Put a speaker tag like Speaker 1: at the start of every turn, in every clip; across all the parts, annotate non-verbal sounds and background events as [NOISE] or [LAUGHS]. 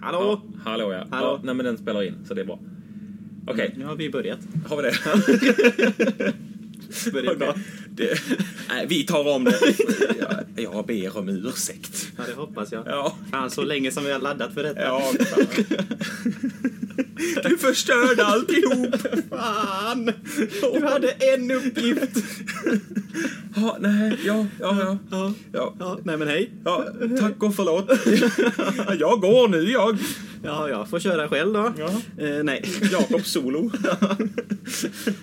Speaker 1: Hallå?
Speaker 2: Ja, hallå ja.
Speaker 1: Hallå.
Speaker 2: ja. Nej men den spelar in, så det är bra. Okej,
Speaker 1: Nu har vi börjat.
Speaker 2: har vi det? [LAUGHS]
Speaker 1: Börjat bra.
Speaker 2: det nej, vi tar [LAUGHS] om det. Jag, jag ber om ursäkt.
Speaker 1: Ja, det hoppas jag.
Speaker 2: Ja.
Speaker 1: Fan, så länge som vi har laddat för detta.
Speaker 2: [LAUGHS] Ja, Du förstörde alltihop!
Speaker 1: Fan! Du hade en uppgift.
Speaker 2: Ja, nej, ja, ja,
Speaker 1: Ja.
Speaker 2: ja. ja.
Speaker 1: Ja, nej men hej.
Speaker 2: Ja, tack och [LAUGHS] förlåt. Jag går nu jag.
Speaker 1: Ja, jag får köra själv då.
Speaker 2: Ja.
Speaker 1: Eh, nej.
Speaker 2: Jakob Solo.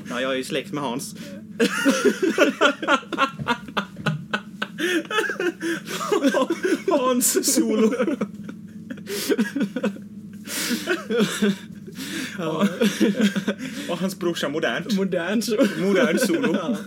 Speaker 1: Ja, jag är ju släkt med Hans.
Speaker 2: Hans Solo.
Speaker 1: Ja.
Speaker 2: Och hans brorsa modernt.
Speaker 1: Modern så.
Speaker 2: Modern Solo.
Speaker 1: Ja.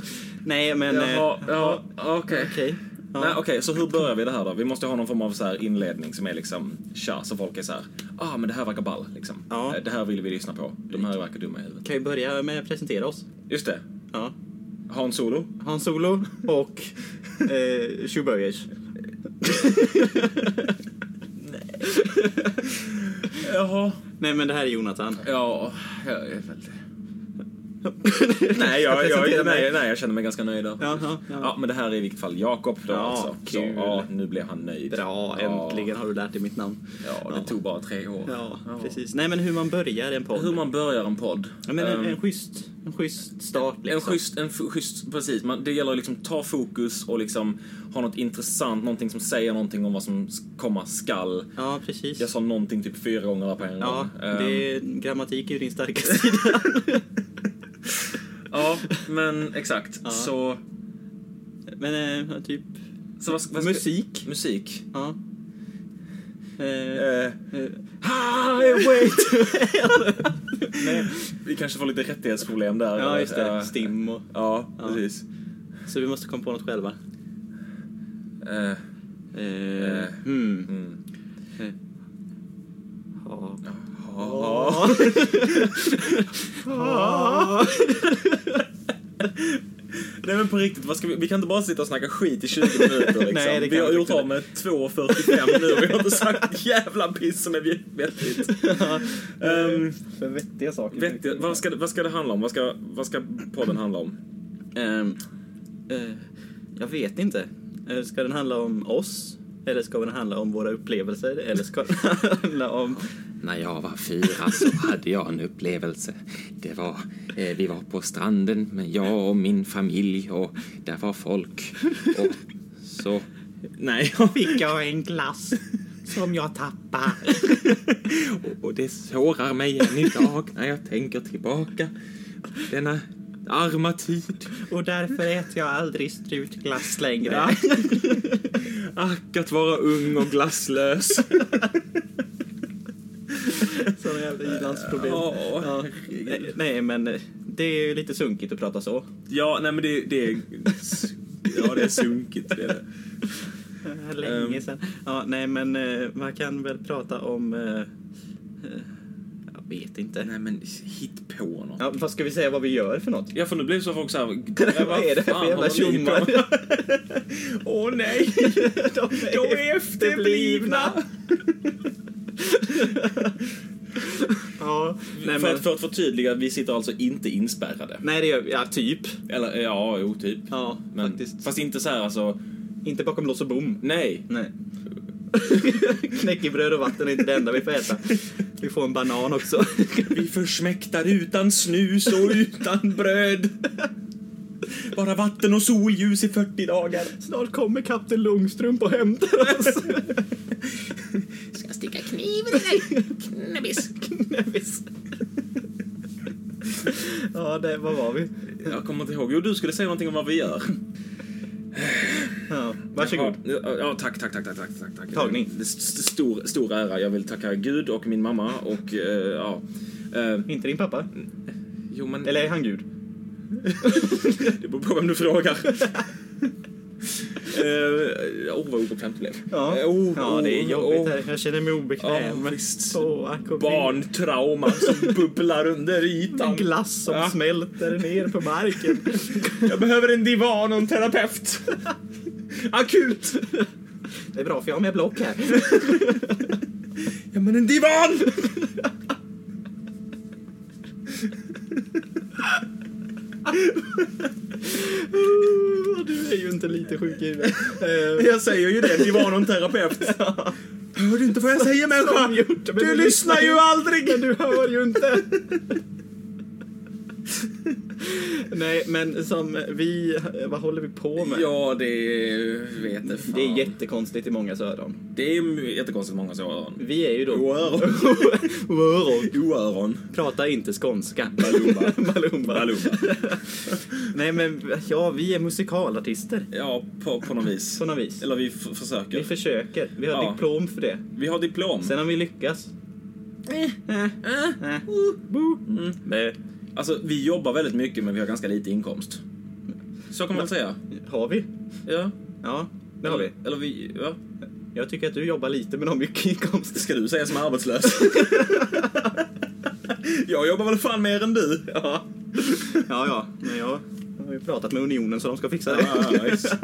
Speaker 1: Nej, men... eh,
Speaker 2: Jaha, ja, okej.
Speaker 1: Okej. Ja.
Speaker 2: Nej, okej, så hur börjar vi det här då? Vi måste ha någon form av så här inledning som är liksom tja, så folk är så här, ah men det här verkar ball liksom.
Speaker 1: Ja.
Speaker 2: Eh, Det här vill vi lyssna på. De här verkar dumma i huvudet.
Speaker 1: Kan vi börja med att presentera oss?
Speaker 2: Just det.
Speaker 1: Ja.
Speaker 2: Hans Solo.
Speaker 1: Hans Solo och eh,
Speaker 2: [LAUGHS]
Speaker 1: Shoeburgers.
Speaker 2: Jaha.
Speaker 1: Nej, men det här är Jonathan.
Speaker 2: Ja, jag är väl
Speaker 1: [LAUGHS]
Speaker 2: nej, jag, jag,
Speaker 1: presenterar mig.
Speaker 2: nej, nej, jag känner mig ganska nöjd där.
Speaker 1: Ja, ja, ja.
Speaker 2: Ja, men det här är i vilket fall Jakob då
Speaker 1: Ja,
Speaker 2: alltså. Så,
Speaker 1: kul.
Speaker 2: ja, nu blev han nöjd.
Speaker 1: Bra, äntligen har du lärt dig mitt namn.
Speaker 2: Ja, ja, det tog bara tre år.
Speaker 1: Ja, precis. Nej, men hur man börjar en podd.
Speaker 2: Hur man börjar en podd.
Speaker 1: ja, men eh, en,
Speaker 2: Ehm,
Speaker 1: en, schysst, en schysst start liksom.
Speaker 2: En schysst, en f- schysst precis. Man, det gäller att liksom ta fokus och liksom ha något intressant, någonting som säger någonting om vad som s- komma skall.
Speaker 1: Ja, precis.
Speaker 2: Jag sa någonting typ fyra gånger där på en
Speaker 1: ja,
Speaker 2: gång. Ehm,
Speaker 1: det är, grammatik är ju din starka sida.
Speaker 2: [LAUGHS] ja, men exakt.
Speaker 1: Ja.
Speaker 2: Så,
Speaker 1: men eh, typ
Speaker 2: så vad, s- vad ska-
Speaker 1: musik.
Speaker 2: Musik.
Speaker 1: Ja. Eh,
Speaker 2: Eh,
Speaker 1: eh,
Speaker 2: Hi, wait! [LAUGHS] Vi kanske får lite rättighetsproblem där.
Speaker 1: ja, just det.
Speaker 2: Eh,
Speaker 1: Stim och...
Speaker 2: Ja,
Speaker 1: Ja.
Speaker 2: precis.
Speaker 1: Så vi måste komma på något själva.
Speaker 2: Eh,
Speaker 1: Eh,
Speaker 2: Eh.
Speaker 1: hmm.
Speaker 2: mm.
Speaker 1: Eh. Ja.
Speaker 2: Ja.
Speaker 1: Ja. [LAUGHS]
Speaker 2: [LAUGHS] Nej men på riktigt, vad ska vi, vi kan inte bara sitta och snacka skit i 20
Speaker 1: [LAUGHS]
Speaker 2: minuter liksom.
Speaker 1: Nej, det kan
Speaker 2: vi har
Speaker 1: vi
Speaker 2: gjort
Speaker 1: inte.
Speaker 2: av med 2.45 nu och vi har inte sagt ett jävla piss som är
Speaker 1: [LAUGHS]
Speaker 2: vettigt. Ehm,
Speaker 1: För vettiga saker.
Speaker 2: vettigt vad, ska, det- vad ska det handla om? Vad ska, vad ska podden handla om?
Speaker 1: Ehm, eh, jag vet inte. Eh, Ska den handla om oss? Eller ska den handla om våra upplevelser? Eller ska den [LAUGHS] handla om...
Speaker 3: När jag var fyra så hade jag en upplevelse. Det var, eh, vi var på stranden med jag och min familj och där var folk. Och så,
Speaker 2: Nej.
Speaker 1: Fick jag en glass som jag tappade.
Speaker 3: och, och det sårar mig än idag när jag tänker tillbaka på denna arma tid.
Speaker 1: Och därför äter jag aldrig strutglass längre. [LAUGHS]
Speaker 3: Ja. Ack att vara ung och glasslös.
Speaker 1: Sådana jävla i-landsproblem.
Speaker 2: Ja,
Speaker 1: Ja. Nej, Nej, men eh, det är ju lite sunkigt att prata så.
Speaker 2: ja, nej men det, det är... Ja, det är sunkigt. Det är det.
Speaker 1: Eh, Länge
Speaker 2: Ehm.
Speaker 1: sedan. Ja, nej, men eh, man kan väl prata om... eh, eh, Jag vet inte.
Speaker 2: Nej men hit på något.
Speaker 1: Ja, vad ska vi säga vad vi gör för något?
Speaker 2: Ja, för nu blev så folk
Speaker 3: [LAUGHS]
Speaker 2: såhär...
Speaker 1: Vad är det för jävla tjommar?
Speaker 2: Åh
Speaker 3: [LAUGHS]
Speaker 2: nej! De är efterblivna!
Speaker 1: [LAUGHS] ja, nej,
Speaker 2: för,
Speaker 1: men,
Speaker 2: att, för att förtydliga, vi sitter alltså inte inspärrade.
Speaker 1: nej, det gör vi. Ja, typ.
Speaker 2: Eller ja, jo, typ.
Speaker 1: Ja,
Speaker 2: Men,
Speaker 1: faktiskt.
Speaker 2: Fast inte så här alltså,
Speaker 1: Inte bakom lås och bom.
Speaker 2: nej.
Speaker 1: [LAUGHS] Nej. Knäckebröd och vatten är inte det enda vi får äta. Vi får en banan också.
Speaker 2: Vi försmäktar utan snus och utan bröd. Bara vatten och solljus i 40 dagar.
Speaker 1: [LAUGHS] Snart kommer kapten Långstrump och hämtar [LAUGHS] oss.
Speaker 4: Ska sticka kniven i dig, knäbbiss.
Speaker 1: Knävis. ja, det, vad var vi?
Speaker 2: Jag kommer inte ihåg. Jo, du skulle säga någonting om vad vi gör.
Speaker 1: Ja, varsågod.
Speaker 2: Ja, ja, tack, tack, tack, tack, tack, tack, tack.
Speaker 1: Tagning.
Speaker 2: Det är st- Stor, stor ära. Jag vill tacka Gud och min mamma och, eh, ja. Eh,
Speaker 1: Inte din pappa?
Speaker 2: jo, men...
Speaker 1: Eller är han gud?
Speaker 2: Det beror på vem
Speaker 1: [LAUGHS]
Speaker 2: du frågar. Eh, Åh, vad obekvämt det blev. Eh, oh,
Speaker 1: ja, det är
Speaker 2: oh,
Speaker 1: jobbigt
Speaker 2: oh.
Speaker 1: här. Jag känner mig obekväm.
Speaker 2: Ja, visst.
Speaker 1: Åh, jag kommer in.
Speaker 2: Barntrauma som bubblar under
Speaker 1: En
Speaker 2: ytan.
Speaker 1: glass som
Speaker 2: Ja.
Speaker 1: smälter ner på marken.
Speaker 2: Jag behöver en divan och en terapeut. Akut!
Speaker 1: Det är bra för jag har med block här.
Speaker 2: Ja, men en divan!
Speaker 1: Åh, [LAUGHS] Du är ju inte lite sjuk i huvudet. Eh,
Speaker 2: Jag säger ju det, divan och en terapeut. Hör du inte vad jag säger människa?
Speaker 1: Som gjort, men
Speaker 2: Du lyssnar ju aldrig!
Speaker 1: Men du hör ju inte. Nej, men som vi... Vad håller vi på med?
Speaker 2: Ja, det vet jag fan.
Speaker 1: Det är jättekonstigt i många öron.
Speaker 2: Det är jättekonstigt många öron.
Speaker 1: Vi är ju då...
Speaker 2: Oöron.
Speaker 1: Oöron.
Speaker 2: Oöron.
Speaker 1: Prata inte skånska.
Speaker 2: Balumba.
Speaker 1: [LAUGHS] Malumba.
Speaker 2: Balumba.
Speaker 1: Nej, men ja, vi är musikalartister.
Speaker 2: Ja, på, på något vis.
Speaker 1: På något vis.
Speaker 2: Eller vi f- försöker.
Speaker 1: Vi försöker. Vi har
Speaker 2: Ja.
Speaker 1: diplom för det.
Speaker 2: Vi har diplom.
Speaker 1: Sen om vi lyckas... Eh, eh, eh, bo. Mm. Nej.
Speaker 2: Alltså, vi jobbar väldigt mycket men vi har ganska lite inkomst. Så kan man väl säga.
Speaker 1: Har vi?
Speaker 2: Ja.
Speaker 1: Ja, det har vi.
Speaker 2: Eller vi, ja.
Speaker 1: Jag tycker att du jobbar lite men har mycket
Speaker 2: Det [LAUGHS]
Speaker 1: inkomst.
Speaker 2: ska du säga som är
Speaker 1: [LAUGHS]
Speaker 2: arbetslös. jag jobbar väl fan mer än du.
Speaker 1: Ja, ja, ja. men jag har ju pratat med Unionen så de ska fixa det.
Speaker 2: Ja, ja, just.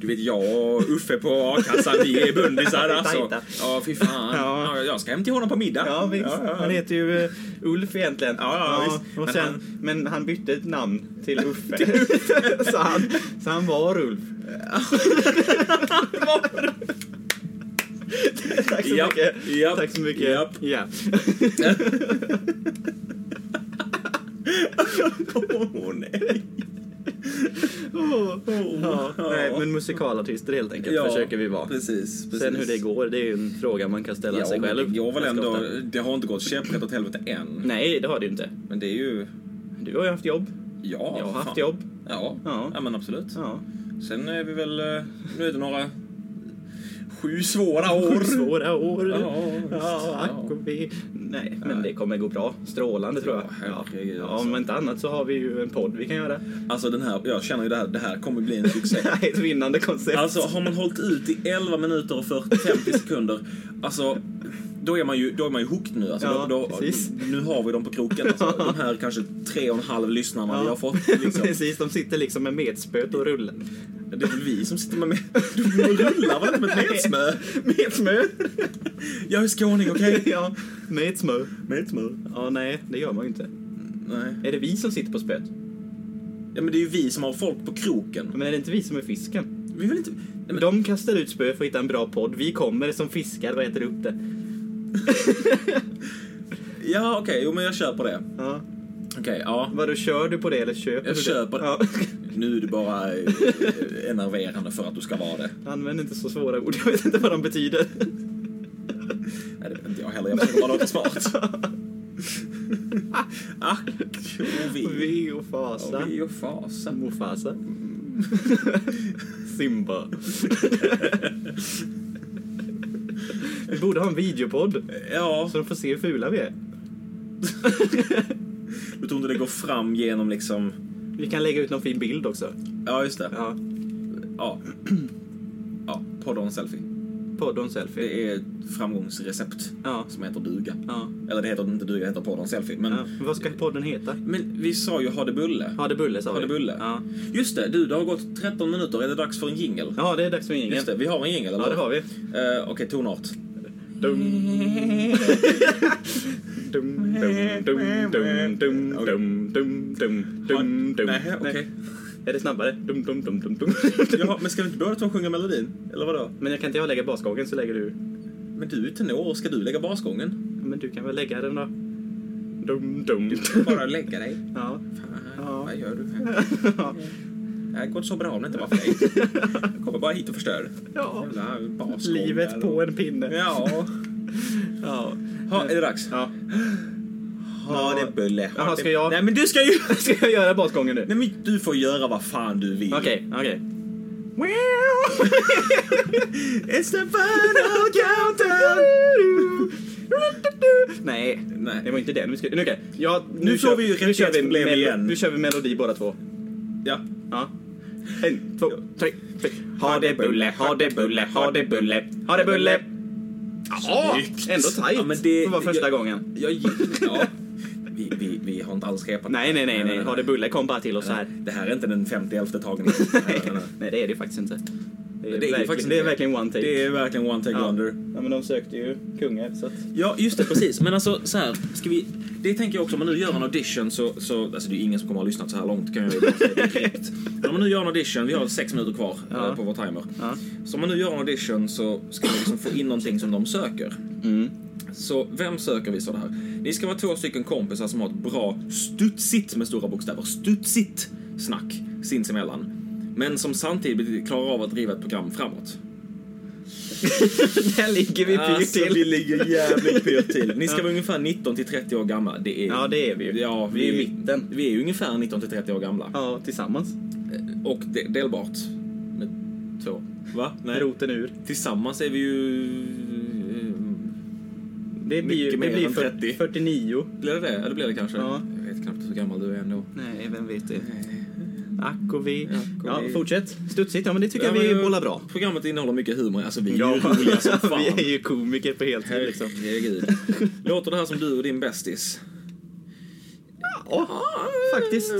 Speaker 2: Du vet, jag och Uffe på a-kassan, vi är bundisar
Speaker 1: Vi är
Speaker 2: alltså.
Speaker 1: tajta.
Speaker 2: Ja, fy fan.
Speaker 1: Ja.
Speaker 2: Ja. Jag ska hem till honom på middag.
Speaker 1: Ja, visst.
Speaker 2: Ja, ja.
Speaker 1: Han heter ju eh, Ulf egentligen.
Speaker 2: Ja, ja, visst.
Speaker 1: Och
Speaker 2: Men
Speaker 1: sen,
Speaker 2: han-
Speaker 1: men, han... bytte ett namn till Uffe. [LAUGHS] så, han, så han var Ulf. [LAUGHS] Tack så
Speaker 2: Japp,
Speaker 1: mycket.
Speaker 2: japp,
Speaker 1: Tack så mycket.
Speaker 2: japp.
Speaker 1: Ja.
Speaker 2: Åh, nej.
Speaker 1: Ja,
Speaker 2: Ja.
Speaker 1: nej, men musikalartister helt enkelt försöker vi vara.
Speaker 2: Precis, precis.
Speaker 1: Sen hur det går, det är ju en fråga man kan ställa
Speaker 2: Ja,
Speaker 1: sig
Speaker 2: men
Speaker 1: själv.
Speaker 2: jag var
Speaker 1: ganska
Speaker 2: ändå,
Speaker 1: ofta.
Speaker 2: det har inte gått käpprätt åt helvete än.
Speaker 1: Nej, det har det ju inte.
Speaker 2: Men det är ju...
Speaker 1: Du har ju haft jobb.
Speaker 2: Ja,
Speaker 1: jag har haft
Speaker 2: fan.
Speaker 1: jobb.
Speaker 2: Ja,
Speaker 1: Ja.
Speaker 2: ja. men absolut.
Speaker 1: Ja.
Speaker 2: Sen är vi väl... eh, Nu är det några... Sju svåra år.
Speaker 1: Svåra år.
Speaker 2: Ja, visst.
Speaker 1: ja, ack
Speaker 2: Ja.
Speaker 1: och vi. Nej, men det kommer gå bra. Strålande tror jag.
Speaker 2: Ja,
Speaker 1: Ja,
Speaker 2: herregud,
Speaker 1: ja,
Speaker 2: alltså.
Speaker 1: om inte annat så har vi ju en podd vi kan göra.
Speaker 2: Alltså den här, jag känner ju det här, det här kommer bli
Speaker 1: [LAUGHS]
Speaker 2: en succé.
Speaker 1: Nej, Ett vinnande koncept.
Speaker 2: Alltså har man hållit ut i 11 minuter och
Speaker 1: [LAUGHS]
Speaker 2: 40-50 sekunder, alltså då är man ju, då är man ju hooked nu. Alltså,
Speaker 1: Ja,
Speaker 2: då, då,
Speaker 1: precis.
Speaker 2: nu har vi dem på kroken. Alltså,
Speaker 1: [LAUGHS]
Speaker 2: de här kanske tre och en halv lyssnarna vi har fått. Liksom.
Speaker 1: Precis, de sitter liksom med metspöet och
Speaker 2: [LAUGHS]
Speaker 1: rullar.
Speaker 2: Det är väl vi som sitter med... med [LAUGHS] de rullar väl inte med ett medsmö?
Speaker 1: Metsmö!
Speaker 2: Jag är skåning, okej?
Speaker 1: [LAUGHS] ja, metsmö.
Speaker 2: Medsmö?
Speaker 1: Ja, nej, det gör man ju inte.
Speaker 2: Nej.
Speaker 1: Är det vi som sitter på spöet?
Speaker 2: Ja, men det är ju vi som har folk på kroken.
Speaker 1: Men är det inte vi som är fisken?
Speaker 2: Vi vill inte... Nej, men,
Speaker 1: De kastar ut spö för att hitta en bra podd. Vi kommer som fiskar och äter upp
Speaker 2: [LAUGHS]
Speaker 1: det.
Speaker 2: ja, okej, jo men jag köper det.
Speaker 1: Ja.
Speaker 2: Okej, ja.
Speaker 1: Vadå, kör du på det eller köper
Speaker 2: Jag
Speaker 1: du
Speaker 2: köper
Speaker 1: det?
Speaker 2: det.
Speaker 1: Ja. [LAUGHS]
Speaker 2: Nu är det bara eh, enerverande för att du ska vara det.
Speaker 1: Använd inte så svåra ord, jag vet inte vad de
Speaker 2: [LAUGHS]
Speaker 1: betyder. [LAUGHS]
Speaker 2: Nej, det vet inte jag heller. Jag försöker bara låta smart. Ack och vi.
Speaker 1: Vi och
Speaker 2: Och
Speaker 1: Fasa.
Speaker 2: vi och fasen.
Speaker 1: Mufasa. Simba. Vi borde ha en videopodd,
Speaker 2: Ja,
Speaker 1: så de får se hur fula vi är.
Speaker 2: du tror inte det går fram genom liksom...
Speaker 1: Vi kan lägga ut någon fin bild också.
Speaker 2: Ja, just det.
Speaker 1: Ja,
Speaker 2: Ja. Ja, podd och en selfie.
Speaker 1: podd och en selfie.
Speaker 2: Det är ett framgångsrecept
Speaker 1: Ja.
Speaker 2: som heter duga.
Speaker 1: Ja.
Speaker 2: Eller det heter inte duga, det heter podd och en selfie. Men,
Speaker 1: ja. Vad ska podden heta?
Speaker 2: men vi sa ju ha det bulle.
Speaker 1: Ha det bulle, sa vi.
Speaker 2: Ha det bulle.
Speaker 1: Ja.
Speaker 2: Just det, du, det har gått 13 minuter. Är det dags för en jingle?
Speaker 1: ja, det är dags för ingen.
Speaker 2: Just det, vi har en jingle, eller
Speaker 1: Ja, det har vi.
Speaker 2: Eh, Okej, tonart.
Speaker 1: Mm. Dum, dum, dum, dum, dum, dum, dum, dum, dum, dum.
Speaker 2: Nej, okej.
Speaker 1: Är det snabbare? Dum, dum, dum, dum, dum.
Speaker 2: Jaha, men ska vi inte båda två sjunga melodin? Eller vadå?
Speaker 1: Men jag kan inte jag lägga basgången så lägger du...
Speaker 2: Men du är tenor, ska du lägga basgången?
Speaker 1: Men du kan väl lägga den då? Dum, dum.
Speaker 2: Bara lägga dig?
Speaker 1: [LAUGHS] Ja.
Speaker 2: Fan,
Speaker 1: Ja.
Speaker 2: vad gör du här? Det här går så bra om det inte var för dig. Jag kommer bara hit och förstör.
Speaker 1: ja.
Speaker 2: Jävla basgång där.
Speaker 1: Livet på en pinne.
Speaker 2: Ja.
Speaker 1: Ja.
Speaker 2: Ha, är det dags?
Speaker 1: ja.
Speaker 2: Ha det bulle. Ha
Speaker 1: Jaha,
Speaker 2: det-
Speaker 1: ska jag-
Speaker 2: Nej men du ska ju...
Speaker 1: [LAUGHS] Ska jag göra basgången nu?
Speaker 2: Nej men du får göra vad fan du vill.
Speaker 1: Okej, okej. [LAUGHS]
Speaker 2: It's the final countdown!
Speaker 1: Nej. Det
Speaker 2: Nej.
Speaker 1: var inte den vi skulle... Nu, okej. ja, nu,
Speaker 2: Nu får
Speaker 1: kör-
Speaker 2: vi ju rättighetsproblem
Speaker 1: melo-
Speaker 2: igen.
Speaker 1: Nu kör vi melodi båda två.
Speaker 2: Ja.
Speaker 1: Ja. En, två, tre, fyra. Ha det bulle, ha det bulle, ha det bulle, ha det bulle. Ja,
Speaker 2: Snyggt.
Speaker 1: ändå tajt.
Speaker 2: Ja, men det-
Speaker 1: det var första
Speaker 2: jag-
Speaker 1: gången. [LAUGHS]
Speaker 2: Jag gick... Ja. Vi, vi, vi har inte alls repat.
Speaker 1: Nej, nej, nej, nej. Ha det bulle kom bara till oss här. [LAUGHS]
Speaker 2: Det här är inte den 51 tagningen. Nej, nej, nej.
Speaker 1: Nej, det är det ju faktiskt inte. Det är,
Speaker 2: Det är
Speaker 1: verkligen,
Speaker 2: faktiskt-
Speaker 1: det är verkligen one take.
Speaker 2: Det är verkligen one take
Speaker 1: ja.
Speaker 2: wonder.
Speaker 1: ja, men de sökte ju kungar så att...
Speaker 2: Ja, just det, precis. Men alltså så här, ska vi... Det tänker jag också, om man nu gör en audition så... så alltså det är ju ingen som kommer att ha lyssnat så här långt kan jag ju bara säga direkt. Men om man nu gör en audition, vi har sex minuter kvar
Speaker 1: Ja.
Speaker 2: eh, på vår timer.
Speaker 1: Ja.
Speaker 2: Så om man nu gör en audition så ska man liksom få in någonting som de söker.
Speaker 1: Mm.
Speaker 2: Så vem söker vi så det här? Ni ska vara två stycken kompisar som har ett bra studsigt med stora bokstäver, studsigt snack sinsemellan. Men som samtidigt klarar av att driva ett program framåt.
Speaker 1: [LAUGHS] Där ligger vi pyrt
Speaker 2: Alltså,
Speaker 1: till.
Speaker 2: vi ligger jävligt pyrt till. [LAUGHS] Ni ska vara ungefär 19 till 30 år gamla. Det är,
Speaker 1: Ja, det är vi ju.
Speaker 2: Ja,
Speaker 1: vi är i mitten.
Speaker 2: Vi är ju ungefär 19 till 30 år gamla.
Speaker 1: Ja, tillsammans.
Speaker 2: Och de, delbart. Med två. Va? Nej.
Speaker 1: Roten ur.
Speaker 2: Tillsammans är vi ju... eh,
Speaker 1: Det blir, ju-
Speaker 2: Mycket
Speaker 1: det
Speaker 2: mer
Speaker 1: blir
Speaker 2: än 30.
Speaker 1: 49.
Speaker 2: Blir det det? Ja, det blir det kanske.
Speaker 1: Ja.
Speaker 2: Jag vet knappt hur gammal du är ändå.
Speaker 1: Nej, vem vet det? Ack och vi.
Speaker 2: Ack och
Speaker 1: Ja,
Speaker 2: vi.
Speaker 1: fortsätt. Studsigt. Ja, men det tycker
Speaker 2: Ja,
Speaker 1: jag
Speaker 2: men,
Speaker 1: vi bollar bra.
Speaker 2: Programmet innehåller mycket humor. Alltså, vi är
Speaker 1: Ja,
Speaker 2: ju [LAUGHS] roliga som fan.
Speaker 1: [LAUGHS] vi är ju komiker på heltid liksom.
Speaker 2: Herregud. Låter det här som du och din bästis?
Speaker 1: Ja, faktiskt.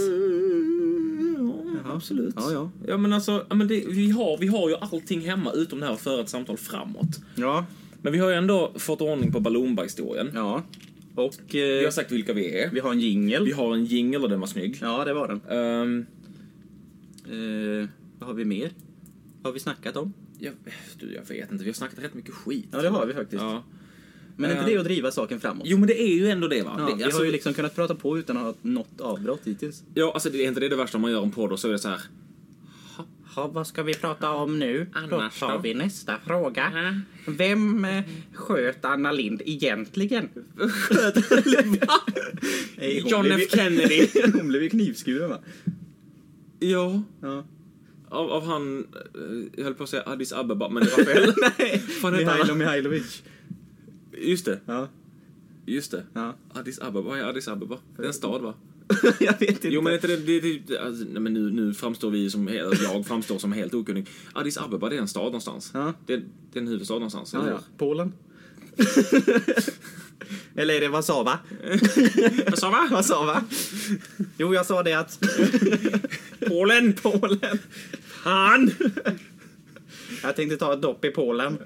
Speaker 2: Ja, absolut.
Speaker 1: Ja, ja.
Speaker 2: Ja, men alltså, ja, men det, vi, har, vi har ju allting hemma utom det här att föra ett samtal framåt.
Speaker 1: Ja,
Speaker 2: Men vi har ju ändå fått ordning på Balloonba-historien.
Speaker 1: ja. Och
Speaker 2: Vi har
Speaker 1: eh,
Speaker 2: sagt vilka vi är.
Speaker 1: vi har en
Speaker 2: Vi
Speaker 1: jingel.
Speaker 2: har en jingle och den var snygg.
Speaker 1: Ja, det var den.
Speaker 2: Ehm,
Speaker 1: Eh, vad har vi mer? Vad har vi snackat om?
Speaker 2: jag, du, jag vet inte, vi har snackat rätt mycket skit.
Speaker 1: Ja, det har vi faktiskt.
Speaker 2: Ja.
Speaker 1: Men är inte det att driva saken framåt?
Speaker 2: Jo, men det är ju ändå det, va?
Speaker 1: Ja,
Speaker 2: det,
Speaker 1: vi
Speaker 2: alltså,
Speaker 1: har ju liksom kunnat prata på utan att ha något avbrott hittills.
Speaker 2: ja, alltså, det är inte det, det värsta om man gör en podd och så är det så här...
Speaker 1: Ja, vad ska vi prata om nu?
Speaker 4: Annars
Speaker 1: då tar
Speaker 4: då?
Speaker 1: vi nästa fråga.
Speaker 4: Ja.
Speaker 1: Vem eh, sköt Anna Lind [LAUGHS] egentligen? Nej, hon
Speaker 2: John
Speaker 1: blev
Speaker 2: F.
Speaker 1: ju-
Speaker 2: Kennedy.
Speaker 1: [LAUGHS] hon blev ju knivskuren va?
Speaker 2: Ja,
Speaker 1: Ja.
Speaker 2: av, av han... eh, Jag höll på att säga Addis Abeba, men det var fel.
Speaker 1: [LAUGHS] Nej,
Speaker 2: [LAUGHS] Fan, heter
Speaker 1: Mihailo
Speaker 2: han?
Speaker 1: Mihailovic.
Speaker 2: Just det,
Speaker 1: Ja.
Speaker 2: just det.
Speaker 1: ja.
Speaker 2: Addis Abeba, vad är Addis Abeba? Det är en stad, va?
Speaker 1: [LAUGHS] jag vet inte.
Speaker 2: Jo, men är inte det, det, det alltså, nej, men nu, nu framstår vi som, he- eller jag framstår som helt okunnig. Addis Abeba, det är en stad någonstans.
Speaker 1: Ja.
Speaker 2: Det, är- det är en huvudstad någonstans,
Speaker 1: Ja,
Speaker 2: eller
Speaker 1: ja. Polen? [LAUGHS] Eller är det Warszawa?
Speaker 2: hur? Vad sa man?
Speaker 1: Warszawa? Jo, jag sa det att...
Speaker 2: Polen!
Speaker 1: Polen.
Speaker 2: Han!
Speaker 1: Jag tänkte ta ett dopp i Polen.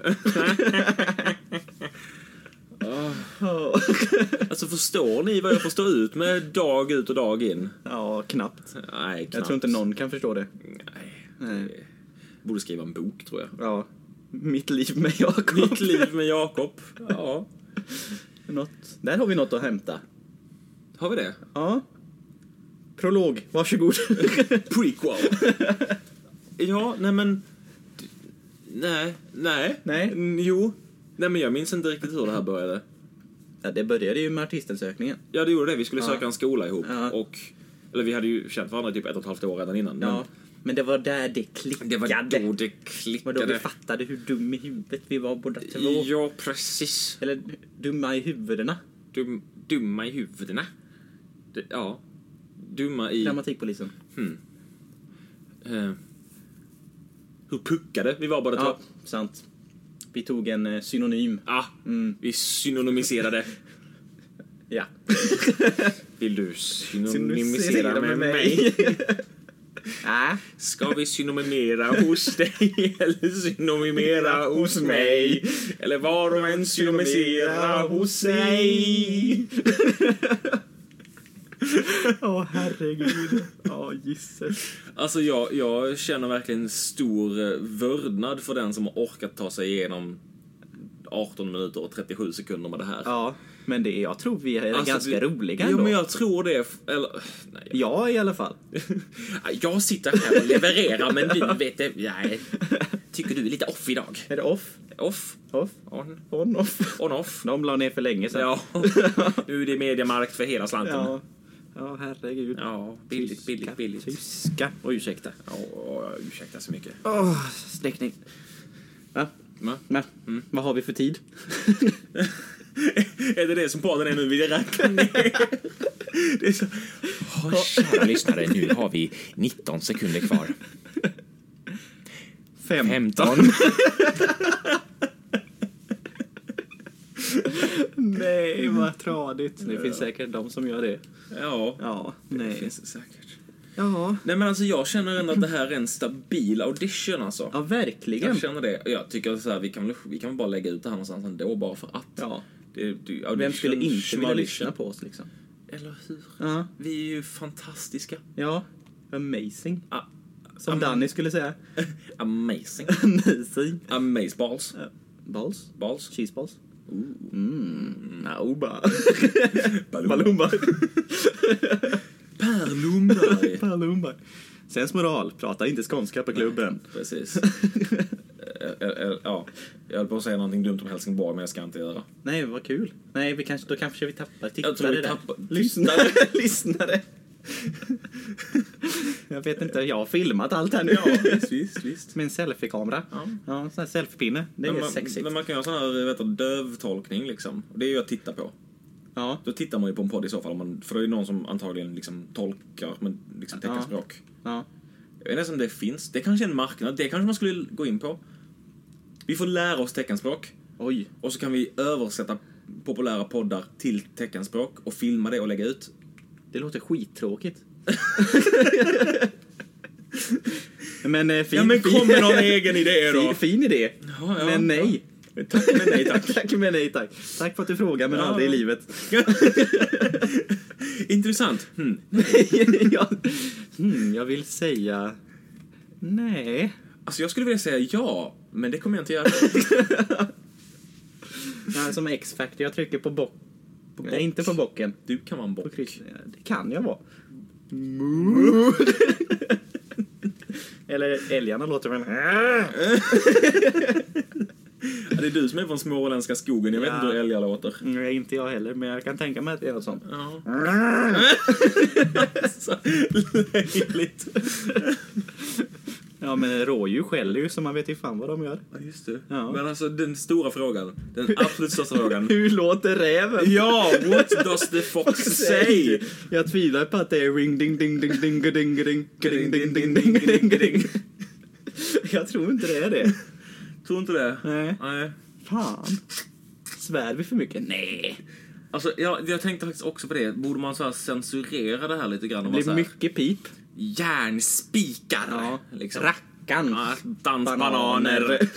Speaker 2: Alltså, förstår ni vad jag får stå ut med dag ut och dag in?
Speaker 1: Ja, knappt.
Speaker 2: Nej, knappt.
Speaker 1: Jag tror inte någon kan förstå det.
Speaker 2: Nej.
Speaker 1: Nej.
Speaker 2: Borde skriva en bok, tror jag.
Speaker 1: Ja. Mitt liv med Jakob.
Speaker 2: Mitt liv med Jakob. Ja.
Speaker 1: Något. Där har vi något att hämta.
Speaker 2: Har vi det?
Speaker 1: Ja. Prolog, varsågod. [LAUGHS]
Speaker 2: Prequel. Ja, nej men... Nej, nej.
Speaker 1: Nej.
Speaker 2: Mm, Jo. Nej men jag minns inte riktigt hur det här började.
Speaker 1: ja, det började ju med artistansökningen.
Speaker 2: Ja, det gjorde det. Vi skulle
Speaker 1: Ja.
Speaker 2: söka en skola ihop.
Speaker 1: Ja.
Speaker 2: Och, eller vi hade ju känt varandra i typ ett och ett halvt år redan innan.
Speaker 1: Ja. Men det var där det klickade.
Speaker 2: Mm. Det var då det
Speaker 1: var då vi
Speaker 2: klickade.
Speaker 1: fattade hur dum i huvudet vi var båda två.
Speaker 2: Ja, precis.
Speaker 1: Eller dumma i huvudena.
Speaker 2: Dum, dumma i huvudena. Det, ja. Dumma i...
Speaker 1: Grammatikpolisen.
Speaker 2: Eh, hur puckade vi var båda två.
Speaker 1: Ja, sant. Vi tog en eh, synonym.
Speaker 2: Ah,
Speaker 1: Mm.
Speaker 2: Vi synonymiserade.
Speaker 1: Ja.
Speaker 2: Vill du synonymisera med mig?
Speaker 1: [LAUGHS] Nej.
Speaker 2: Ska vi synonymera hos dig eller synonymera hos mig? Eller var och en synonymisera hos sig?
Speaker 1: [LAUGHS] Åh, herregud. Ja, gisses.
Speaker 2: Alltså jag, jag känner verkligen stor eh, vördnad för den som har orkat ta sig igenom 18 minuter och 37 sekunder med det här.
Speaker 1: Ja, men det, jag tror vi är
Speaker 2: Alltså,
Speaker 1: ganska
Speaker 2: vi-
Speaker 1: roliga
Speaker 2: Ja,
Speaker 1: ändå.
Speaker 2: men
Speaker 1: jag...
Speaker 2: jag tror det. f- Eller, nej, jag-
Speaker 1: i alla fall.
Speaker 2: Jag sitter här och levererar, men [LAUGHS] du vet det. Nej. Tycker du är lite off idag?
Speaker 1: [LAUGHS] Är det off?
Speaker 2: Off?
Speaker 1: Off?
Speaker 2: On?
Speaker 1: On off?
Speaker 2: On off?
Speaker 1: De la ner för länge [LAUGHS] sedan.
Speaker 2: Ja. [LAUGHS] Nu är det mediamarkt för hela slanten.
Speaker 1: Ja, ja herregud.
Speaker 2: Ja, billigt, billigt, billigt.
Speaker 1: Tyska. Oj, ursäkta.
Speaker 2: Ja, ja, ursäkta
Speaker 1: [LAUGHS]
Speaker 2: så mycket.
Speaker 1: Åh, sträckning. Va?
Speaker 2: Va?
Speaker 1: Va? Mm. Vad har vi för [LAUGHS] tid?
Speaker 2: är det det som podden är nu? Vi
Speaker 1: [LAUGHS]
Speaker 2: räknar ner. det är så...
Speaker 3: Ja, kära lyssnare, nu har vi 19 sekunder kvar. 15.
Speaker 1: [LAUGHS] Nej, vad tradigt. Det finns säkert de som gör det.
Speaker 2: Ja,
Speaker 1: Ja,
Speaker 2: det
Speaker 1: nej.
Speaker 2: finns det säkert.
Speaker 1: Ja,
Speaker 2: Nej men alltså jag känner ändå att det här är en stabil audition alltså.
Speaker 1: ja verkligen.
Speaker 2: Jag känner det. Jag tycker så här, vi kan väl vi kan väl bara lägga ut det här någonstans ändå bara för att.
Speaker 1: Ja.
Speaker 2: Det, det, audition,
Speaker 1: Vem skulle inte vilja
Speaker 2: audition.
Speaker 1: lyssna på oss liksom?
Speaker 2: Eller hur?
Speaker 1: Ja,
Speaker 2: Vi är ju fantastiska.
Speaker 1: ja. amazing.
Speaker 2: Ah,
Speaker 1: Som
Speaker 2: am-
Speaker 1: Danny skulle säga.
Speaker 2: Amazing.
Speaker 1: [LAUGHS] amazing.
Speaker 2: Amazeballs.
Speaker 1: Eh, Balls?
Speaker 2: Balls.
Speaker 1: Cheeseballs? Mm, nauba. [LAUGHS] Palumba.
Speaker 2: Per [LAUGHS] Lundberg.
Speaker 1: Palumba. Sens moral, prata inte skånska på klubben.
Speaker 2: Precis.
Speaker 1: [LAUGHS]
Speaker 2: Eh, eh, eh, Ja, jag höll på att säga någonting dumt om Helsingborg, men jag ska inte göra.
Speaker 1: Nej, vad kul. Nej, vi kanske, då kanske vi tappar tittare
Speaker 2: Jag tror vi
Speaker 1: där.
Speaker 2: tappar-
Speaker 1: Lyssnare. [LAUGHS] Lyssnare. jag vet inte, jag har filmat allt här nu.
Speaker 2: visst, visst.
Speaker 1: Med en selfiekamera.
Speaker 2: Ja.
Speaker 1: Ja, en sån här selfiepinne. Det är
Speaker 2: men man,
Speaker 1: sexigt.
Speaker 2: Men man kan göra sån här vet du, dövtolkning liksom. Och det är ju att titta på.
Speaker 1: Ja,
Speaker 2: Då tittar man ju på en podd i så fall. om Man, för det är ju någon som antagligen liksom tolkar men liksom
Speaker 1: Ja.
Speaker 2: teckenspråk.
Speaker 1: ja.
Speaker 2: Jag vet inte ens om det finns. Det kanske är en marknad. Det kanske man skulle gå in på. Vi får lära oss teckenspråk.
Speaker 1: Oj.
Speaker 2: Och så kan vi översätta populära poddar till teckenspråk och filma det och lägga ut.
Speaker 1: Det låter
Speaker 2: [LAUGHS]
Speaker 1: skittråkigt. men eh, fin,
Speaker 2: Ja, men kom med någon
Speaker 1: fin-
Speaker 2: egen idé då.
Speaker 1: Fin, fin idé.
Speaker 2: ja,
Speaker 1: men
Speaker 2: ja.
Speaker 1: nej.
Speaker 2: Tack, men nej, tack.
Speaker 1: [LAUGHS] tack, men nej tack. Tack för att du frågar, men
Speaker 2: Ja.
Speaker 1: aldrig i livet.
Speaker 2: [LAUGHS] Intressant. Hmm.
Speaker 1: jag, hmm, jag vill säga... Nej.
Speaker 2: Alltså jag skulle vilja säga ja, men det kommer jag inte [LAUGHS] göra.
Speaker 1: Ja, som X-Factor, jag trycker på bock... På
Speaker 2: Nej.
Speaker 1: Nej, inte på bocken.
Speaker 2: Du kan vara en
Speaker 1: På
Speaker 2: bock.
Speaker 1: kryss. Ja, Det kan jag vara. [LAUGHS] Eller älgarna låter väl...
Speaker 2: Ja, Det är du som är från småländska skogen. Jag vet
Speaker 1: Ja.
Speaker 2: inte hur älgar låter.
Speaker 1: Nej, inte jag heller, men jag kan tänka mig att det är något sånt.
Speaker 2: Ja. Så [LAUGHS] löjligt.
Speaker 1: Ja, men rådjur skäller ju så man vet ju fan vad de gör.
Speaker 2: Ja, just det.
Speaker 1: Ja.
Speaker 2: Men alltså den stora frågan. Den absolut största frågan.
Speaker 1: Hur låter räven?
Speaker 2: [LAUGHS] Ja, what does the [LAUGHS] fox say?
Speaker 1: Jag tvivlar på att det är ring ding ding ding ding ding ding ding ding ding ding ding ding ding Jag tror inte det är det.
Speaker 2: Tror inte det?
Speaker 1: Nej.
Speaker 2: Nej.
Speaker 1: Fan. Svär vi för mycket? Nej.
Speaker 2: Alltså, jag, jag tänkte faktiskt också på det. Borde man så här censurera det här lite grann?
Speaker 1: Det
Speaker 2: Om man så
Speaker 1: blir
Speaker 2: här,
Speaker 1: mycket pip.
Speaker 2: Järnspikar! liksom.
Speaker 1: Rackarn.
Speaker 2: Ja, Dansbananer.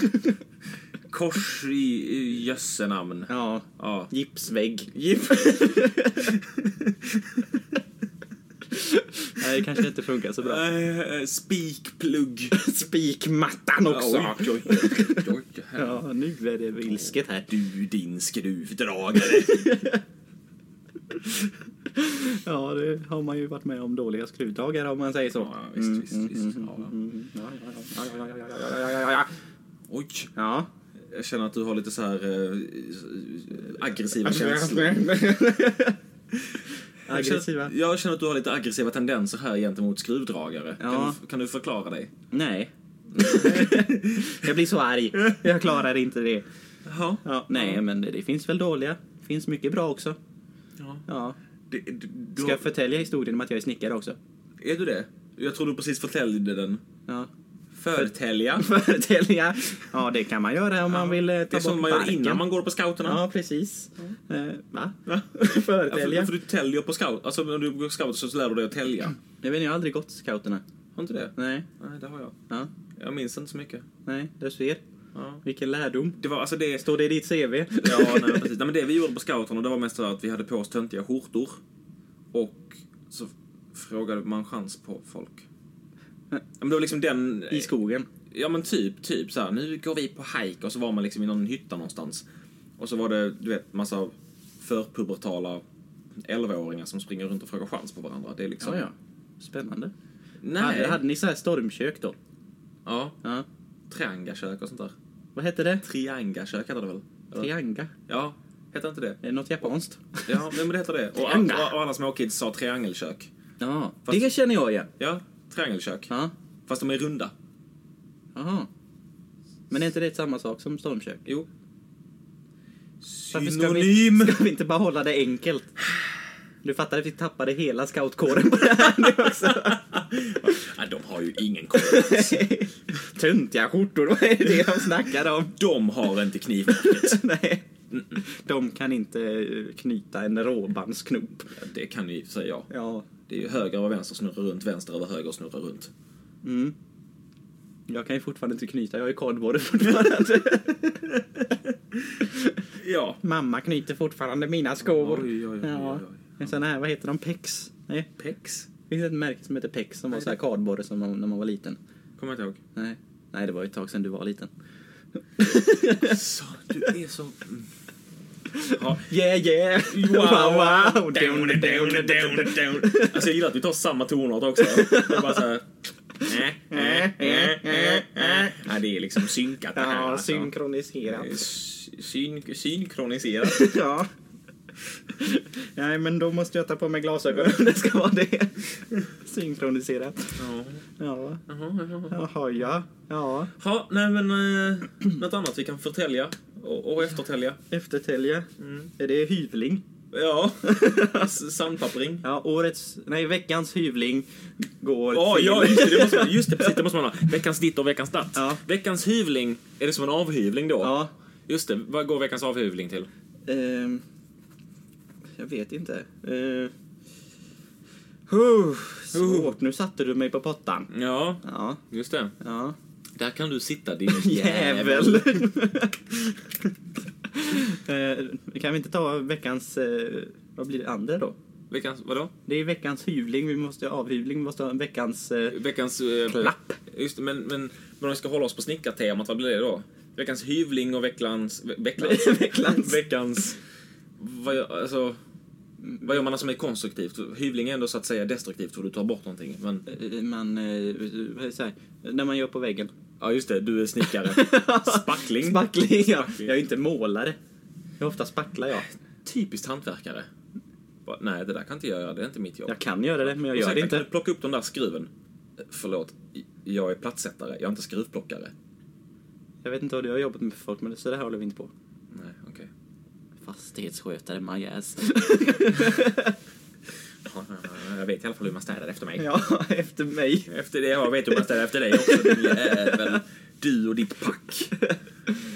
Speaker 2: Kors i, i jössenamn.
Speaker 1: [LAUGHS] Ja.
Speaker 2: Ja.
Speaker 1: Gipsvägg. [LAUGHS] Nej, det kanske inte funkar så bra.
Speaker 2: Eh, Spikplugg.
Speaker 1: Spikmattan också.
Speaker 2: Oj, oj, oj, oj.
Speaker 1: Ja, nu är det vilsket här.
Speaker 2: Du din skruvdragare.
Speaker 1: Ja, det har man ju varit med om dåliga skruvdragare om man säger så.
Speaker 2: Ja, visst, visst, visst. Ja, ja. Oj,
Speaker 1: Ja.
Speaker 2: jag känner att du har lite så här eh, aggressiva känslor. [LAUGHS] Jag känner-
Speaker 1: Aggressiva?
Speaker 2: Jag känner att du har lite aggressiva tendenser här gentemot skruvdragare.
Speaker 1: Ja.
Speaker 2: Kan, du, kan du förklara dig? [LAUGHS]
Speaker 1: Nej. Jag blir så arg. Jag klarar inte det.
Speaker 2: Jaha.
Speaker 1: Ja, nej, men det, det finns väl dåliga. Det finns mycket bra också.
Speaker 2: Ja.
Speaker 1: Ja.
Speaker 2: Du, du, du,
Speaker 1: Ska jag förtälja historien om att jag är snickare också?
Speaker 2: Är du det? Jag tror du precis förtäljde den.
Speaker 1: Ja. [LAUGHS]
Speaker 2: Förtälja?
Speaker 1: Förtälja? Ja, det kan man göra om man vill eh, ta
Speaker 2: Det är som
Speaker 1: bort
Speaker 2: man gör
Speaker 1: barken.
Speaker 2: innan man går på scouterna.
Speaker 1: Ja, precis. Eh, va?
Speaker 2: Va?
Speaker 1: [LAUGHS] Förtälja?
Speaker 2: Ja, för, för du täljer på scout. Alltså när du går på scout så lär du dig att tälja.
Speaker 1: Jag vet inte, jag har aldrig gått till scouterna.
Speaker 2: Har inte det?
Speaker 1: Nej.
Speaker 2: Nej, det har jag.
Speaker 1: Ja.
Speaker 2: Jag minns inte så mycket.
Speaker 1: Nej, du ser.
Speaker 2: Ja.
Speaker 1: Vilken lärdom.
Speaker 2: Det var alltså det...
Speaker 1: Står det i ditt CV?
Speaker 2: Ja, nej, men precis. Nej, men det vi gjorde på scouterna det var mest så att vi hade på oss töntiga skjortor. Och så frågade man chans på folk. Ja, men det var liksom den...
Speaker 1: [LAUGHS] I skogen.
Speaker 2: Ja men typ, typ så här. nu går vi på hike och så var man liksom i någon hytta någonstans. Och så var det, du vet, massa förpubertala 11-åringar som springer runt och frågar chans på varandra. Det är liksom...
Speaker 1: Ja, ja. Spännande.
Speaker 2: Nej.
Speaker 1: Hade, hade ni så här stormkök då?
Speaker 2: Ja,
Speaker 1: Ja.
Speaker 2: triangakök och sånt där.
Speaker 1: Vad hette det?
Speaker 2: Triangakök heter det väl? Eller?
Speaker 1: Trianga?
Speaker 2: Ja, heter inte det?
Speaker 1: Är det något japanskt?
Speaker 2: Ja, nej, men det heter det. Och, an-
Speaker 1: Trianga.
Speaker 2: och, och alla småkids sa triangelkök.
Speaker 1: Ja.
Speaker 2: Fast-
Speaker 1: Det känner jag igen.
Speaker 2: Ja, triangelkök.
Speaker 1: Ja.
Speaker 2: Fast de är runda.
Speaker 1: Jaha. Men är inte det samma sak som stormkök?
Speaker 2: Jo.
Speaker 1: Varför ska vi, ska vi inte bara hålla det enkelt? Du fattar att vi tappade hela scoutkåren på det här nu också.
Speaker 2: [LAUGHS] Ja, de har ju ingen koll.
Speaker 1: [LAUGHS] Töntiga skjortor, vad är det de snackar om?
Speaker 2: De har inte kniv.
Speaker 1: [LAUGHS] Nej. De kan inte eh, knyta en råbandsknop.
Speaker 2: Ja, Det kan ju säga jag.
Speaker 1: Ja,
Speaker 2: Det är ju höger över vänster snurrar runt, vänster över höger snurrar runt.
Speaker 1: Mm. Jag kan ju fortfarande inte knyta, jag är kardborre fortfarande.
Speaker 2: Ja.
Speaker 1: [LAUGHS] Mamma knyter fortfarande mina skor.
Speaker 2: Oj, oj, oj,
Speaker 1: Ja.
Speaker 2: oj, oj.
Speaker 1: En sån här, vad heter de? Pex? Nej.
Speaker 2: Pex?
Speaker 1: Det finns ett märke som heter Pex som var så här kardborre som man, när man var liten.
Speaker 2: Kommer jag inte ihåg.
Speaker 1: Nej. Nej, det var ju ett tag sedan du var liten.
Speaker 2: Så, du är så... Ja.
Speaker 1: Yeah, yeah! [LAUGHS] Wow, wow! Down, down, down, down.
Speaker 2: Alltså jag gillar att vi tar samma tonart också. Det är bara eh, såhär... eh, Ja, det är liksom synkat det här.
Speaker 1: Ja,
Speaker 2: alltså.
Speaker 1: synkroniserat.
Speaker 2: Sy- Syn synkroniserat.
Speaker 1: [LAUGHS] Ja. Nej, men då måste jag ta på mig glasögonen om [LAUGHS] det ska vara det. Synkroniserat.
Speaker 2: Ja.
Speaker 1: Ja.
Speaker 2: Jaha, jaha.
Speaker 1: Jaha, ja. Ja.
Speaker 2: Ja, nej men eh, något annat vi kan förtälja och, och eftertälja.
Speaker 1: Eftertälje.
Speaker 2: Mm.
Speaker 1: Är det hyvling? [LAUGHS]
Speaker 2: Ja, [LAUGHS] S- sandpappering.
Speaker 1: Ja, årets... Nej, veckans hyvling går
Speaker 2: Ja,
Speaker 1: till...
Speaker 2: ja, just det, det måste man, just det, precis, det måste man ha. Veckans ditt och veckans datt.
Speaker 1: Ja.
Speaker 2: Veckans hyvling, är det som en avhyvling då?
Speaker 1: [LAUGHS] Ja.
Speaker 2: Just det, vad går veckans avhyvling till?
Speaker 1: Ehm, jag vet inte. Uh, huh, svårt. Nu satte du mig på pottan.
Speaker 2: Ja,
Speaker 1: Ja,
Speaker 2: just det.
Speaker 1: ja. [LAUGHS]
Speaker 2: Där kan du sitta din
Speaker 1: Jävel! [LAUGHS] Eh, kan vi inte ta veckans... eh, vad blir det andra då?
Speaker 2: Veckans, vadå?
Speaker 1: Det är veckans hyvling. Vi måste avhyvling. Vi måste ha en veckans... eh,
Speaker 2: Veckans... Eh,
Speaker 1: Klapp.
Speaker 2: Just det, men, men, men om vi ska hålla oss på snickartemat, vad blir det då? Veckans hyvling och vecklans... ve- Vecklans?
Speaker 1: [LAUGHS] Veckans.
Speaker 2: veckans vad, gör- alltså, vad gör man som är konstruktivt? Hyvling är ändå så att säga destruktivt för du tar bort någonting. Men,
Speaker 1: eh, man... eh, vad är det så här? När man gör på väggen.
Speaker 2: ja just det, du är snickare.
Speaker 1: [LAUGHS]
Speaker 2: Spackling.
Speaker 1: Spackling, ja. Jag är inte målare. Jag ofta spacklar jag.
Speaker 2: Typiskt hantverkare. Bara, Nej, det där kan inte jag göra, det är inte mitt jobb.
Speaker 1: Jag kan göra det, men jag gör
Speaker 2: Ursäkta,
Speaker 1: det inte.
Speaker 2: Kan du plocka upp den där skruven? Eh, Förlåt, i- jag är plattsättare, jag är inte skruvplockare.
Speaker 1: Jag vet inte vad du har jobbat med för folk, men så det här håller vi inte på.
Speaker 2: Nej, okej.
Speaker 1: [LAUGHS] Fastighetsskötare, my ass.
Speaker 2: Ja, ja, ja, Jag vet i alla fall hur man städar efter mig.
Speaker 1: [LAUGHS] ja, efter mig.
Speaker 2: Efter det, jag vet hur man städar efter dig också, din jävel. Du och ditt pack.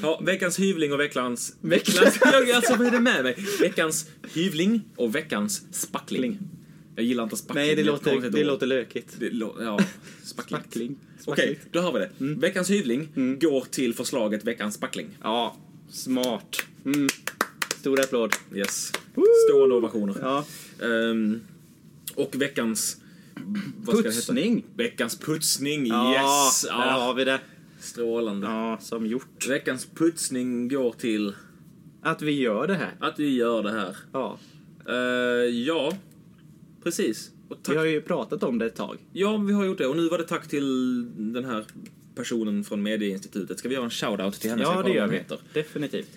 Speaker 2: Ja, veckans hyvling och veckans... [LAUGHS]
Speaker 1: Veckans-
Speaker 2: Jag, alltså, vad är det med mig? Veckans hyvling och veckans spackling.
Speaker 1: Spackling.
Speaker 2: Jag gillar inte spackling.
Speaker 1: Nej, det
Speaker 2: är ett
Speaker 1: låter,
Speaker 2: konstigt
Speaker 1: det
Speaker 2: ord.
Speaker 1: låter lökigt.
Speaker 2: Det lå- ja, spackling.
Speaker 1: Spackling.
Speaker 2: Okej, då har vi det.
Speaker 1: Mm.
Speaker 2: Veckans hyvling går till förslaget veckans spackling.
Speaker 1: Ja, smart. Mm. Stor applåd.
Speaker 2: Yes. Stående ovationer.
Speaker 1: Ja.
Speaker 2: Ehm, och veckans... Vad ska det heta?
Speaker 1: Putsning.
Speaker 2: Veckans putsning,
Speaker 1: Ja,
Speaker 2: yes! Ah.
Speaker 1: där har vi det.
Speaker 2: Strålande.
Speaker 1: Ja, som gjort.
Speaker 2: Veckans putsning går till
Speaker 1: Att vi gör det här.
Speaker 2: att vi gör det här.
Speaker 1: Ja.
Speaker 2: Eh, ja, precis. Och tack.
Speaker 1: Vi har ju pratat om det ett tag.
Speaker 2: Ja, vi har gjort det. Och nu var det tack till den här personen från Medieinstitutet. Ska vi göra en shoutout till henne? Ska
Speaker 1: Ja,
Speaker 2: kolla
Speaker 1: det
Speaker 2: vad
Speaker 1: gör
Speaker 2: hon
Speaker 1: vi.
Speaker 2: heter?
Speaker 1: Definitivt.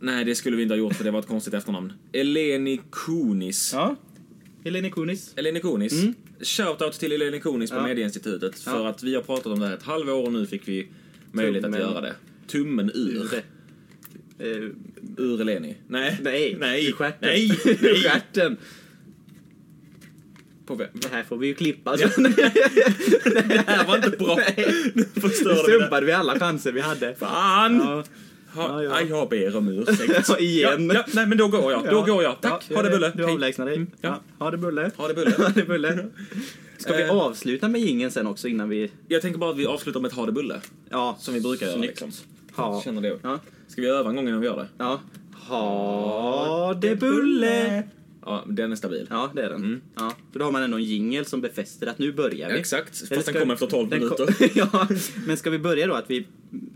Speaker 2: Nej, det skulle vi inte ha gjort för det var ett konstigt efternamn. Eleni Kunis.
Speaker 1: Ja. Helene Kunis.
Speaker 2: Eleni Kunis. Shoutout till Eleni Kunis på
Speaker 1: Ja.
Speaker 2: Medieinstitutet. För
Speaker 1: Ja.
Speaker 2: att vi har pratat om det här ett halvår och nu fick vi möjlighet att
Speaker 1: Tummen.
Speaker 2: göra det. Tummen ur.
Speaker 1: Eh,
Speaker 2: Ur Eleni. Nej.
Speaker 1: nej,
Speaker 2: Nej.
Speaker 1: Ur stjärten.
Speaker 2: Nej.
Speaker 1: Ur stjärten.
Speaker 2: På vem?
Speaker 1: Det här får vi ju klippa. [LAUGHS] Så
Speaker 2: Det här var inte bra. Nu
Speaker 1: nu
Speaker 2: förstörde vi det.
Speaker 1: sumpade vi alla chanser vi hade.
Speaker 2: Fan!
Speaker 1: Ja.
Speaker 2: Ha,
Speaker 1: Ja, ja.
Speaker 2: aj, jag ber om ursäkt.
Speaker 1: Ja, [LAUGHS] igen.
Speaker 2: Ja, ja, nej, men då går jag. Då
Speaker 1: Ja.
Speaker 2: går jag. Tack.
Speaker 1: Ja,
Speaker 2: ha
Speaker 1: gör
Speaker 2: det, Bulle.
Speaker 1: Du
Speaker 2: Hej. Mm.
Speaker 1: avlägsnar dig.
Speaker 2: Ja.
Speaker 1: Ja. Ha det Bulle.
Speaker 2: Ha det, Bulle.
Speaker 1: [LAUGHS] Ha det Bulle. Ska vi
Speaker 2: Eh.
Speaker 1: avsluta med gingen sen också innan vi...
Speaker 2: Jag tänker bara att vi avslutar med ett ha det, Bulle.
Speaker 1: Ja,
Speaker 2: Som vi brukar göra.
Speaker 1: Snyggt.
Speaker 2: Liksom.
Speaker 1: ha.
Speaker 2: Känner det.
Speaker 1: Ja.
Speaker 2: Ska vi öva en gång innan vi gör det?
Speaker 1: ja. Ha det Bulle.
Speaker 2: Ja, den är stabil.
Speaker 1: Ja, det är den. Ja. För då har man ändå en jingel som befäster att nu börjar vi.
Speaker 2: Mm. Exakt. Fast
Speaker 1: Eller
Speaker 2: den kommer efter 12
Speaker 1: den kom- [LAUGHS]
Speaker 2: minuter.
Speaker 1: ja, men ska vi börja då att vi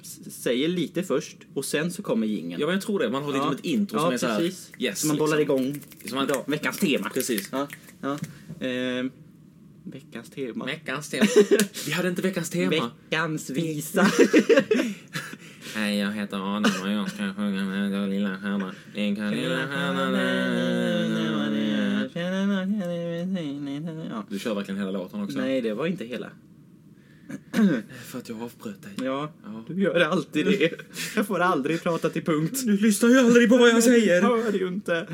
Speaker 1: s- säger lite först och sen så kommer jingeln?
Speaker 2: [LAUGHS] Ja, men jag tror det. Man har liksom ett intro
Speaker 1: ja,
Speaker 2: som är så här...
Speaker 1: precis.
Speaker 2: Yes,
Speaker 1: så man bollar
Speaker 2: liksom.
Speaker 1: igång
Speaker 2: Så man-
Speaker 1: idag, veckans tema.
Speaker 2: Precis.
Speaker 1: Ja, ja. Ehm, veckans tema.
Speaker 2: Veckans [LAUGHS] tema. Vi hade inte veckans tema.
Speaker 1: Veckans
Speaker 2: [LAUGHS]
Speaker 1: visa.
Speaker 2: Hej, jag heter Adam och jag ska sjunga med den lilla stjärnan. Den kan lilla stjärnan...
Speaker 1: Ja.
Speaker 2: Du kör verkligen hela låten också.
Speaker 1: Nej, det var inte hela.
Speaker 2: För att jag avbröt dig.
Speaker 1: Ja,
Speaker 2: Ja.
Speaker 1: du gör alltid
Speaker 2: [LAUGHS]
Speaker 1: det. Jag får aldrig prata till punkt.
Speaker 2: Du lyssnar ju aldrig på vad jag säger.
Speaker 1: Jag hör ju
Speaker 2: [LAUGHS]
Speaker 1: inte.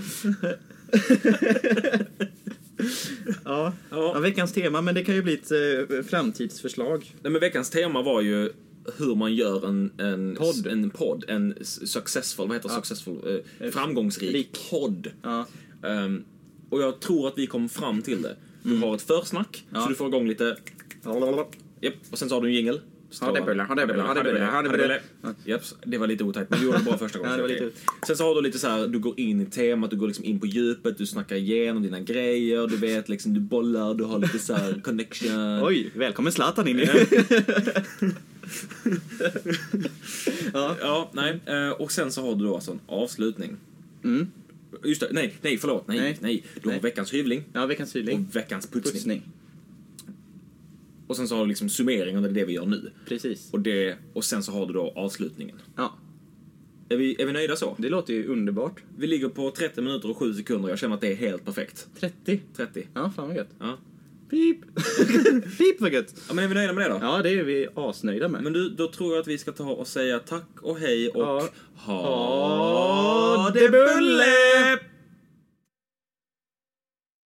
Speaker 1: ja. ja,
Speaker 2: Ja.
Speaker 1: veckans tema, men det kan ju bli ett eh, framtidsförslag.
Speaker 2: Nej, men veckans tema var ju hur man gör en, en
Speaker 1: Podd. Eh,
Speaker 2: En, podd, en s- successful, vad heter successful? Eh, framgångsrik
Speaker 1: Rik.
Speaker 2: podd.
Speaker 1: Ja.
Speaker 2: Ehm, och jag tror att vi kom fram till det. Du har ett försnack,
Speaker 1: Mm. Ja.
Speaker 2: så du får igång lite... Japp, och sen så har du en jingel.
Speaker 3: Hadebulle, hadebulle, hadebulle, hadebulle.
Speaker 2: Japp, det var lite otajt, men du gjorde det
Speaker 1: [LAUGHS]
Speaker 2: bra första gången.
Speaker 1: Ja, det var
Speaker 2: så
Speaker 1: lite
Speaker 2: okej. Sen så har du lite så här, du går in i temat, du går liksom in på djupet, du snackar igenom dina grejer, du vet liksom, du bollar, du har lite så här
Speaker 1: [LAUGHS]
Speaker 2: connection.
Speaker 1: Oj, välkommen Zlatan in i ja.
Speaker 2: Ja, nej. eh, Och sen så har du då alltså en avslutning.
Speaker 1: [LAUGHS] Mm.
Speaker 2: Just det, nej, nej, förlåt, nej, nej.
Speaker 1: Nej.
Speaker 2: Du har
Speaker 1: Nej.
Speaker 2: veckans hyvling
Speaker 1: ja, veckans hyling.
Speaker 2: och veckans putsning.
Speaker 1: Putsning.
Speaker 2: Och sen så har du liksom summeringen, det är det vi gör nu.
Speaker 1: Precis.
Speaker 2: Och, det, och sen så har du då avslutningen.
Speaker 1: Ja,
Speaker 2: Är vi, är vi nöjda så?
Speaker 1: det låter ju underbart.
Speaker 2: Vi ligger på 30 minuter och 7 sekunder. Jag känner att det är helt perfekt.
Speaker 1: 30.
Speaker 2: 30.
Speaker 1: Ja, fan vad gött.
Speaker 2: Ja.
Speaker 1: Pip! [LAUGHS] Pip vad gött!
Speaker 2: ja men är vi nöjda med det då?
Speaker 1: Ja, det är vi asnöjda med.
Speaker 2: Men du, då tror jag att vi ska ta och säga tack och hej och
Speaker 1: Ja.
Speaker 2: ha
Speaker 1: Ha det bulle!